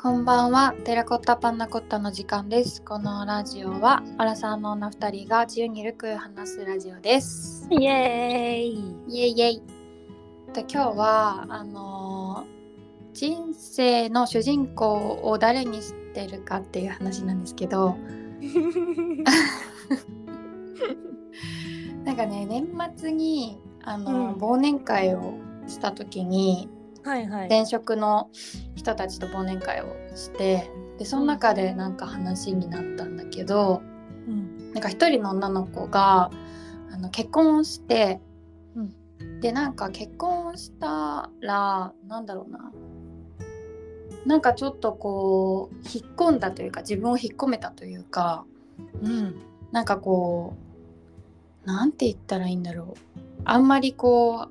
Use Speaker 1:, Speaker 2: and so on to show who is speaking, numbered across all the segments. Speaker 1: こんばんは、テラコッタパンナコッタの時間です。このラジオは、アラサーの女二人が自由にゆるく話すラジオです。
Speaker 2: イエーイ
Speaker 1: イエイイエイ。で今日は、あのー人生の主人公を誰にしてるかっていう話なんですけど、なんかね、年末に、あのー
Speaker 2: うん
Speaker 1: 忘年会をした時に、
Speaker 2: はいはい。
Speaker 1: 前職の人たちと忘年会をして、で、その中でなんか話になったんだけど、
Speaker 2: うん
Speaker 1: なんか一人の女の子があの結婚をして、
Speaker 2: う
Speaker 1: でなんか結婚をしたらなんだろうななんかちょっとこう引っ込んだというか自分を引っ込めたというか
Speaker 2: うん
Speaker 1: なんかこうなんて言ったらいいんだろうあんまりこう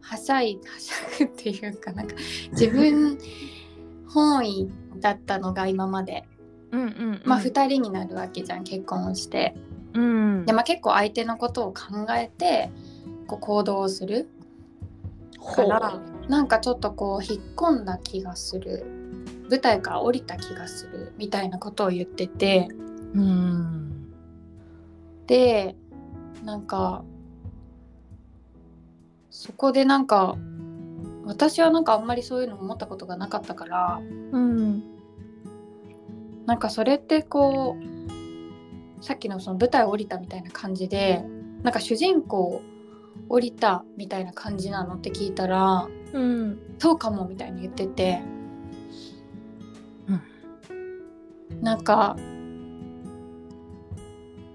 Speaker 1: はしゃいはしゃぐっていうかなんか自分本位だったのが今まで、
Speaker 2: うんうん。
Speaker 1: まあ、2人になるわけじゃん結婚をして。
Speaker 2: うん。
Speaker 1: でまあ、結構相手のことを考えてこう行動をする
Speaker 2: ほ
Speaker 1: か
Speaker 2: う
Speaker 1: らなんかちょっとこう引っ込んだ気がする舞台から降りた気がするみたいなことを言ってて
Speaker 2: うん。
Speaker 1: でなんかそこでなんか私はなんかあんまりそういうの思ったことがなかったから
Speaker 2: うん。
Speaker 1: なんかそれってこうさっきのその舞台を降りたみたいな感じでなんか主人公を降りたみたいな感じなのって聞いたら
Speaker 2: うん。
Speaker 1: そうかもみたいに言ってて、
Speaker 2: うん
Speaker 1: なんか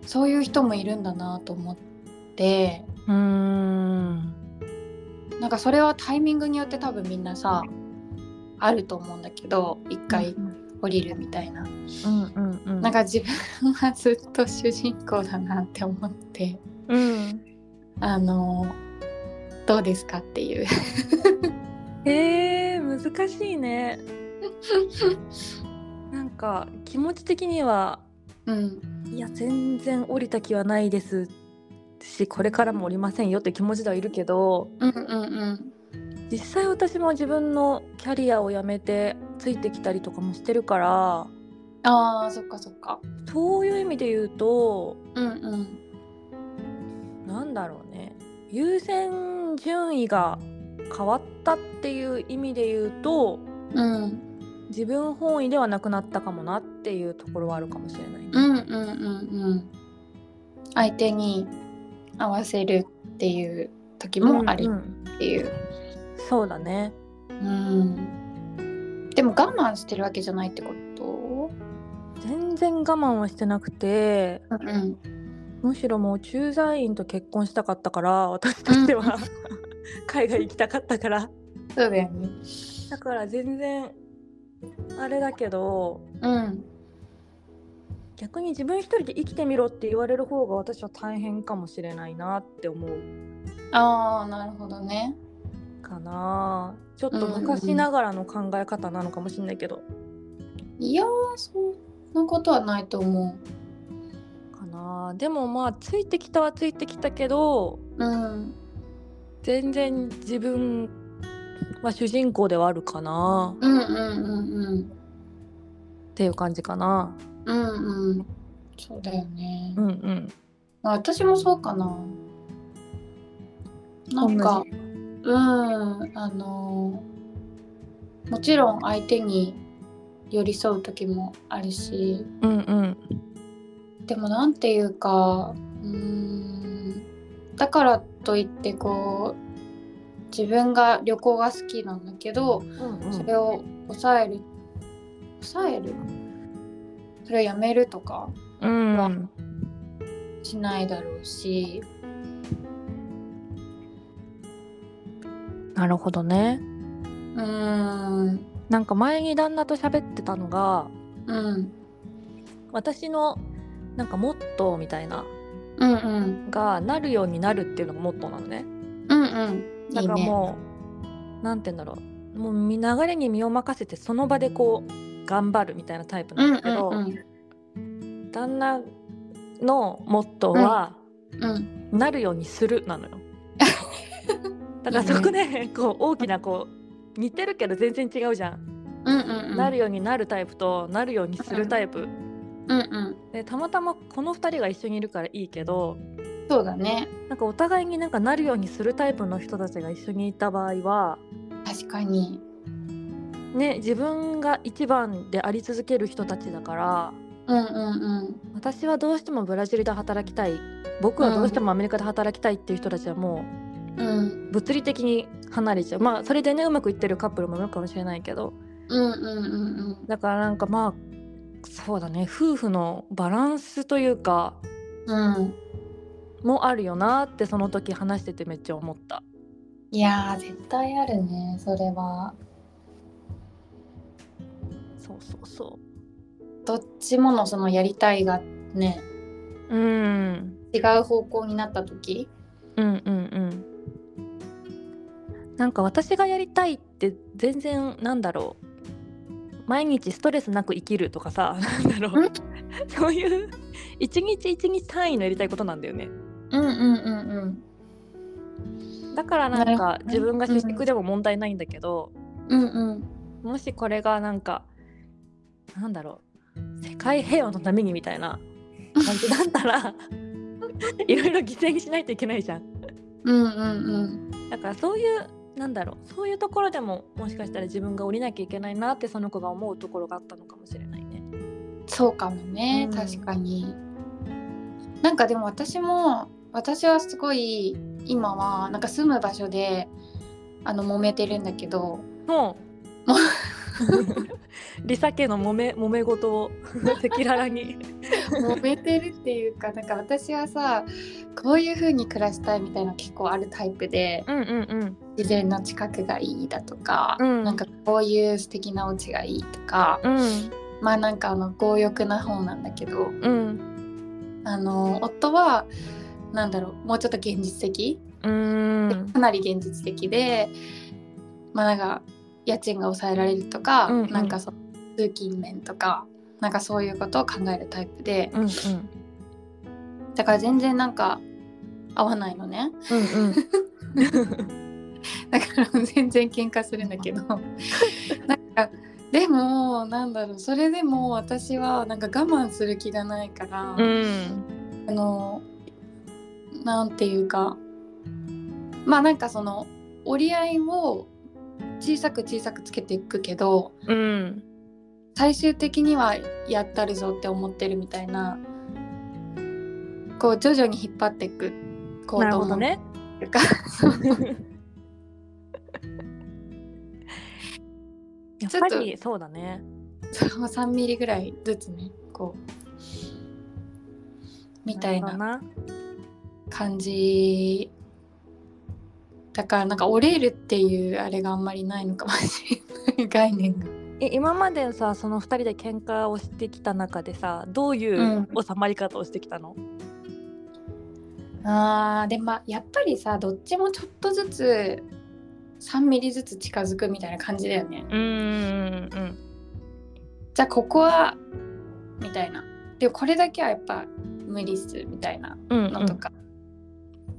Speaker 1: そういう人もいるんだなと思って
Speaker 2: うん。
Speaker 1: なんかそれはタイミングによって多分みんなさあると思うんだけど一回
Speaker 2: うん
Speaker 1: 降りるみたいな。
Speaker 2: うんうん。
Speaker 1: なんか自分はずっと主人公だなって思って
Speaker 2: うん。
Speaker 1: あのどうですかっていう
Speaker 2: えー、難しいね。なんか気持ち的には
Speaker 1: うん
Speaker 2: いや全然降りた気はないですしこれからも降りませんよって気持ちではいるけど
Speaker 1: うんうんうん
Speaker 2: 実際私も自分のキャリアをやめてついてきたりとかもしてるから
Speaker 1: あーそっかそっか
Speaker 2: そういう意味で言うと
Speaker 1: うんうん
Speaker 2: なんだろうね優先順位が変わったっていう意味で言うと
Speaker 1: うん
Speaker 2: 自分本位ではなくなったかもなっていうところはあるかもしれないね、
Speaker 1: うんうんうんうん相手に合わせるっていう時もありっ
Speaker 2: うん
Speaker 1: ていう、
Speaker 2: そうだね
Speaker 1: うん、でも我慢してるわけじゃないってこと
Speaker 2: 全然我慢はしてなくて
Speaker 1: うんうん
Speaker 2: むしろもう駐在員と結婚したかったから私としては 海外行きたかったから
Speaker 1: そうだよね
Speaker 2: だから全然あれだけど
Speaker 1: うん
Speaker 2: 逆に自分一人で生きてみろって言われる方が私は大変かもしれないなって思う
Speaker 1: ああなるほどね
Speaker 2: かなちょっと昔ながらの考え方なのかもしれないけど、
Speaker 1: いやーそんなことはないと思
Speaker 2: かなでもまあついてきたはついてきたけど
Speaker 1: ううん
Speaker 2: 全然自分は主人公ではあるかな
Speaker 1: うんうんうん
Speaker 2: っていう感じかな
Speaker 1: うんうんうんそうだよね、
Speaker 2: うんうん
Speaker 1: まあ私もそうかななんか
Speaker 2: 同じ
Speaker 1: うんあのーもちろん相手に寄り添う時もあるし
Speaker 2: うんうん
Speaker 1: でもなんていうかうーんだからといってこう自分が旅行が好きなんだけど、
Speaker 2: うんう
Speaker 1: それを抑える抑えるそれをやめるとか
Speaker 2: うん
Speaker 1: しないだろうし
Speaker 2: なるほどね
Speaker 1: うーん
Speaker 2: なんか前に旦那と喋ってたのが
Speaker 1: うん
Speaker 2: 私のなんかモットーみたいな
Speaker 1: うんうん
Speaker 2: がなるようになるっていうのがモットーなのね
Speaker 1: うんうん
Speaker 2: だ
Speaker 1: いい
Speaker 2: から
Speaker 1: ね
Speaker 2: もうなんて言うんだろうもうみ流れに身を任せてその場でこう頑張るみたいなタイプ
Speaker 1: う
Speaker 2: なんん
Speaker 1: う
Speaker 2: だけど、
Speaker 1: んうん
Speaker 2: 旦那のモットーは、
Speaker 1: うん
Speaker 2: なるようにするな のよ。だから
Speaker 1: いいね
Speaker 2: そこで、こう大きなこう似てるけど全然違うじゃん。
Speaker 1: うんうんうん
Speaker 2: なるようになるタイプとなるようにするタイプ、
Speaker 1: うんうん
Speaker 2: でたまたまこの2人が一緒にいるからいいけど
Speaker 1: そうだね
Speaker 2: なんかお互いになんかなるようにするタイプの人たちが一緒にいた場合は、
Speaker 1: 確かに
Speaker 2: ね、自分が一番であり続ける人たちだから
Speaker 1: うんうん
Speaker 2: 私はどうしてもブラジルで働きたい僕はどうしてもアメリカで働きたいっていう人たちはも
Speaker 1: うんうん
Speaker 2: う物理的に離れちゃうまあそれでねうまくいってるカップルもいるかもしれないけど
Speaker 1: うんうんうんうん
Speaker 2: だからなんかまあそうだね夫婦のバランスというか
Speaker 1: うん
Speaker 2: もあるよなってその時話しててめっちゃ思った。
Speaker 1: いやー絶対あるねそれは
Speaker 2: そうそうそ
Speaker 1: どっちものそのやりたいがね
Speaker 2: う。うん。
Speaker 1: 違う方向になった時
Speaker 2: うんうんうんなんか私がやりたいって全然なんだろう毎日ストレスなく生きるとかさ なんだろ
Speaker 1: う
Speaker 2: うそういう一日一日単位のやりたいことなんだよね
Speaker 1: うんうんうんうん
Speaker 2: だからな
Speaker 1: なんるほ
Speaker 2: か
Speaker 1: どね
Speaker 2: 自分が主軸でも問題ないんだけど、
Speaker 1: うんうん
Speaker 2: もしこれがなんかなんだろう世界平和のためにみたいな感じだっ たらいろいろ犠牲にしないといけないじゃん。
Speaker 1: うんうん
Speaker 2: だからそういうなんだろうそういうところでももしかしたら自分が降りなきゃいけないなってその子が思うところがあったのかもしれないね。
Speaker 1: うんそうかもね、
Speaker 2: うん
Speaker 1: 確かになんかでも私も私はすごい今はなんか住む場所であの揉めてるんだけど
Speaker 2: も
Speaker 1: も
Speaker 2: うリサ家の揉め揉め事を赤裸々に。
Speaker 1: 揉めてるっていうかなんか私はさこういう風に暮らしたいみたいなの結構あるタイプで
Speaker 2: うんうんうん
Speaker 1: 自然の近くがいいだとか、
Speaker 2: うん
Speaker 1: なんかこういう素敵なお家がいいとか
Speaker 2: うん
Speaker 1: まあなんかあの強欲な方なんだけど
Speaker 2: うん
Speaker 1: あの夫はなんだろうもうちょっと現実的、
Speaker 2: うん
Speaker 1: かなり現実的でまあなんか家賃が抑えられるとか、
Speaker 2: うんうん
Speaker 1: なんかその通勤面とかなんかそういうことを考えるタイプで。
Speaker 2: うんうん
Speaker 1: だから全然なんか合わないのねだから全然喧嘩するんだけどなんかでもなんだろうそれでも私はなんか我慢する気がないから、
Speaker 2: うんうん
Speaker 1: あのなんていうかまあなんかその折り合いを小さく小さくつけていくけど
Speaker 2: うん
Speaker 1: 最終的にはやったるぞって思ってるみたいなこう徐々に引っ張っていく行
Speaker 2: なる
Speaker 1: 動
Speaker 2: ほど
Speaker 1: の
Speaker 2: ね。
Speaker 1: というか
Speaker 2: やっぱりそうだね。
Speaker 1: それも3ミリぐらいずつねこうみたい
Speaker 2: る
Speaker 1: な
Speaker 2: ほどな。
Speaker 1: 感じだからなんか折れるっていうあれがあんまりないのかもしれない 概念が。
Speaker 2: え今までさその2人で喧嘩をしてきた中でさどうい
Speaker 1: うん
Speaker 2: う収まり方をしてきたの、
Speaker 1: あーでまあやっぱりさどっちもちょっとずつ3ミリずつ近づくみたいな感じだよね。
Speaker 2: うーんうん
Speaker 1: じゃあここはみたいな。でこれだけはやっぱ無理っすみたいな
Speaker 2: うん
Speaker 1: のとか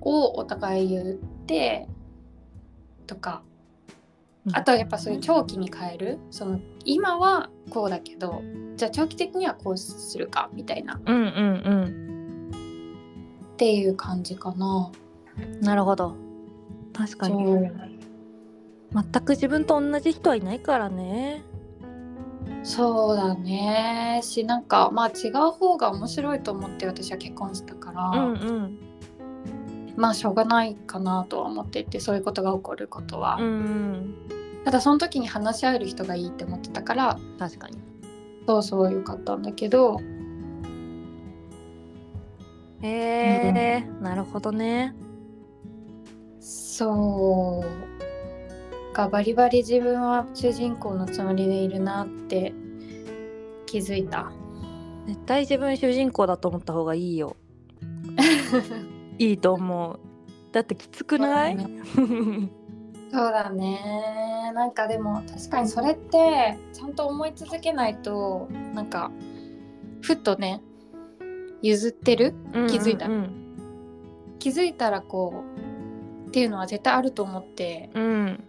Speaker 1: をお互い言ってとか
Speaker 2: うん
Speaker 1: あとはやっぱそういう長期に変えるその今はこうだけどじゃあ長期的にはこうするかみたいなっ
Speaker 2: うんうん
Speaker 1: ていう感じかな。
Speaker 2: うんなるほど確かに
Speaker 1: そう
Speaker 2: 全く自分と同じ人はいないからね
Speaker 1: そうだねしなんかまあ違う方が面白いと思って私は結婚したから、
Speaker 2: うんうん
Speaker 1: まあしょうがないかなとは思っていてそういうことが起こることは、
Speaker 2: うん
Speaker 1: ただその時に話し合える人がいいって思ってたから
Speaker 2: 確かに
Speaker 1: そうそうよかったんだけど
Speaker 2: へえ、なるほどね
Speaker 1: そうがバリバリ自分は主人公のつもりでいるなって気づいた
Speaker 2: 絶対自分主人公だと思った方がいい よいいと思うだってきつくない、
Speaker 1: そうだねなんかでも確かにそれってちゃんと思い続けないとなんかふっとね譲ってる気づいた
Speaker 2: うんうん
Speaker 1: 気づいたらこうっていうのは絶対あると思って
Speaker 2: うん、うん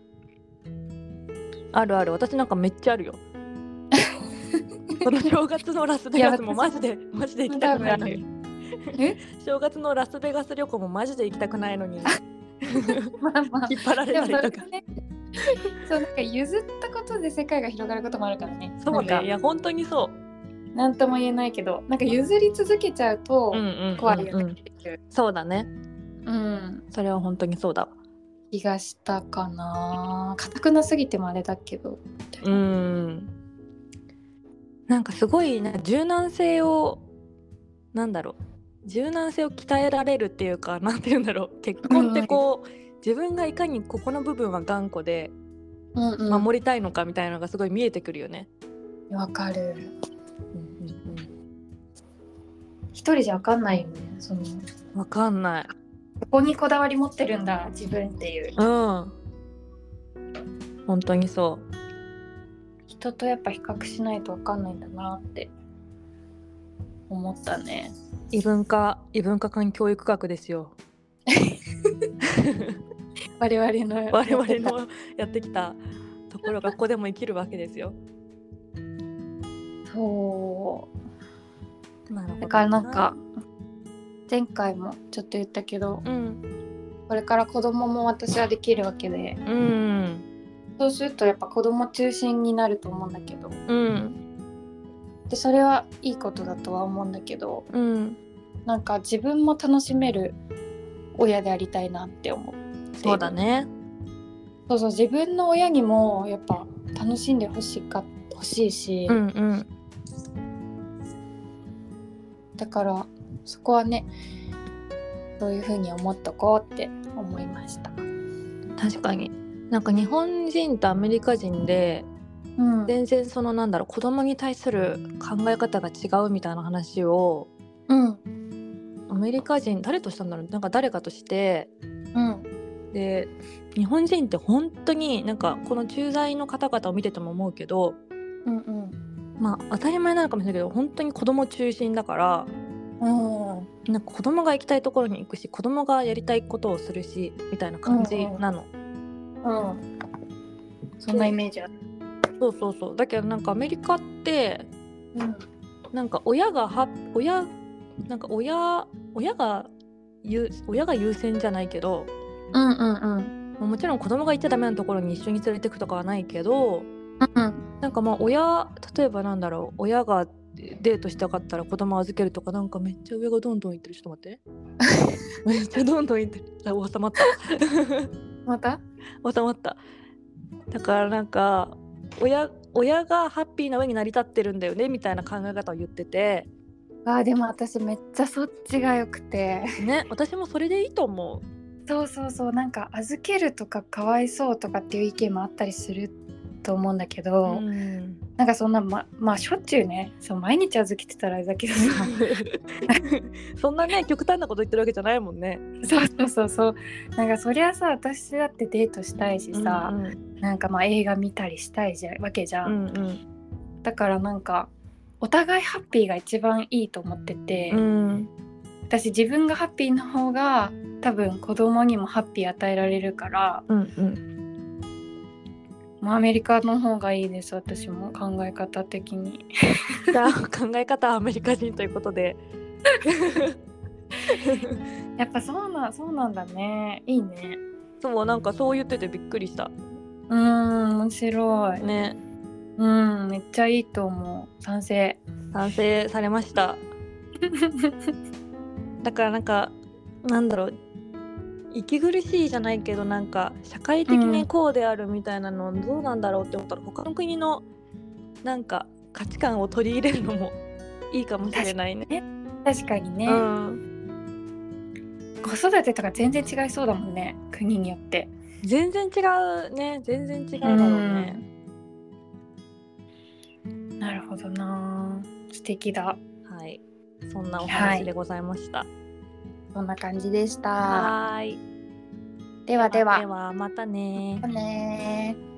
Speaker 2: あるある私なんかめっちゃ あるよその正月のラスベガスも
Speaker 1: いや
Speaker 2: マジでマジで行きたくないのに
Speaker 1: え
Speaker 2: 正月のラスベガス旅行もマジで行きたくない のに
Speaker 1: まあまあ
Speaker 2: 引っ張られ
Speaker 1: で
Speaker 2: た
Speaker 1: もそ
Speaker 2: り
Speaker 1: れ
Speaker 2: と
Speaker 1: が
Speaker 2: か
Speaker 1: ね そうなんか譲ったことで世界が広がることもあるからね
Speaker 2: そ
Speaker 1: な
Speaker 2: うね
Speaker 1: ん
Speaker 2: い
Speaker 1: か
Speaker 2: や本当にそ
Speaker 1: なんとも言えないけどなんか譲り続けちゃうと
Speaker 2: う,、うんうんうんうん
Speaker 1: 怖いよねっていう、
Speaker 2: そうだね
Speaker 1: うん、
Speaker 2: それは本当にそうだわ
Speaker 1: 気がしたかな硬くなすぎてもあれだけど
Speaker 2: うーんなんかすごいな柔軟性をなんだろう柔軟性を鍛えられるっていうかなんて言うんだ ろう結婚ってこう、自分がいかにここの部分は頑固で
Speaker 1: うんうん
Speaker 2: 守りたいのかみたいなのがすごい見えてくるよね。
Speaker 1: わかる一人じゃわかんないよねその
Speaker 2: わかんない。
Speaker 1: ここにこだわり持ってるんだ自分っていう
Speaker 2: うん。本当にそ
Speaker 1: 人とやっぱ比較しないとわかんないんだなって思ったね
Speaker 2: う。異文化異文化間教育学です よ。
Speaker 1: 我々の
Speaker 2: 我々のやってきたところがここでも生きるわけですよ。
Speaker 1: そう
Speaker 2: なるほど
Speaker 1: だからなんか前回もちょっと言ったけど
Speaker 2: うん
Speaker 1: これから子供も私はできるわけで
Speaker 2: うん
Speaker 1: そうするとやっぱ子供中心になると思うんだけど
Speaker 2: うん
Speaker 1: でそれはいいことだとは思うんだけど
Speaker 2: うん
Speaker 1: なんか自分も楽しめる親でありたいなって思う
Speaker 2: そうだね
Speaker 1: そうそう自分の親にもやっぱ楽しんでほしいか欲しいし、
Speaker 2: うんうん
Speaker 1: だからそこはねそういうふうに思っとこうって思いました。
Speaker 2: 確かになんか日本人とアメリカ人で
Speaker 1: うん、
Speaker 2: 全然そのなんだろう子供に対する考え方が違うみたいな話を
Speaker 1: うん、
Speaker 2: アメリカ人誰としたんだろうなんか誰かとして
Speaker 1: うん、
Speaker 2: で日本人って本当になんかこの駐在の方々を見てても思うけど
Speaker 1: うん、うん、
Speaker 2: まあ当たり前なのかもしれないけど本当に子供中心だから
Speaker 1: うん、
Speaker 2: なんか子供が行きたいところに行くし子供がやりたいことをするしみたいな感じなの。
Speaker 1: うん、そんなイメージある。
Speaker 2: そうそうそうだけどなんかアメリカって
Speaker 1: うん、
Speaker 2: なんか親がは親なんか親親が優親が優先じゃないけど
Speaker 1: うん、うん、
Speaker 2: もうもちろん子供が行っちゃダメなところに一緒に連れてくとかはないけ
Speaker 1: う
Speaker 2: ど
Speaker 1: ん、
Speaker 2: なんかまあ親例えばなんだろう親がデートしたかったら子供預けるとかなんかめっちゃ上がどんどん行ってるちょっと待ってめっちゃどんどん行ってるあ収まった
Speaker 1: また。
Speaker 2: 収まっただからなんか親親がハッピーな上に成り立ってるんだよねみたいな考え方を言ってて
Speaker 1: あー、でも、私めっちゃそっちが良くて。
Speaker 2: ね私もそれでいいと思う
Speaker 1: そうそうそう、なんか預けるとかかわいそうとかっていう意見もあったりする。と思うんだけど、
Speaker 2: うん、
Speaker 1: なんかそんなままあしょっちゅうねそう毎日預けてたらあれだけどさ
Speaker 2: そんなね極端なこと言ってるわけじゃないもんね。
Speaker 1: そうそうそうそうなんかそりゃさ私だってデートしたいしさ、
Speaker 2: うん
Speaker 1: なんかまあ映画見たりしたいじゃわけじゃ、
Speaker 2: うんん
Speaker 1: だからなんかお互いハッピーが一番いいと思ってて、
Speaker 2: うん
Speaker 1: 私自分がハッピーの方が多分子供にもハッピー与えられるから
Speaker 2: うん うん
Speaker 1: もうアメリカの方がいいです私も考え方的に
Speaker 2: じゃあ考え方はアメリカ人ということで。
Speaker 1: やっぱそうなそうなんだねいいね
Speaker 2: そうなんかそう言っててびっくりした。
Speaker 1: うーん面白い
Speaker 2: ね
Speaker 1: うんめっちゃいいと思う賛 成
Speaker 2: 賛成されました。だからなんかなんだろう息苦しいじゃないけどなんか社会的
Speaker 1: う
Speaker 2: に
Speaker 1: ん
Speaker 2: こうであるみたいなのどうなんだろうって思ったら、他の国のなんか価値観を取り入れるのもいいかもしれないね。
Speaker 1: 確かにね、
Speaker 2: うん、
Speaker 1: 子育てとか全然違いそうだもんね国によって
Speaker 2: 全然違うね全然違うだろうね。
Speaker 1: なるほどな素敵だ
Speaker 2: はいそんなお話でございました。
Speaker 1: そんな感じでした
Speaker 2: はーい
Speaker 1: ではでは
Speaker 2: ではまたね
Speaker 1: またねー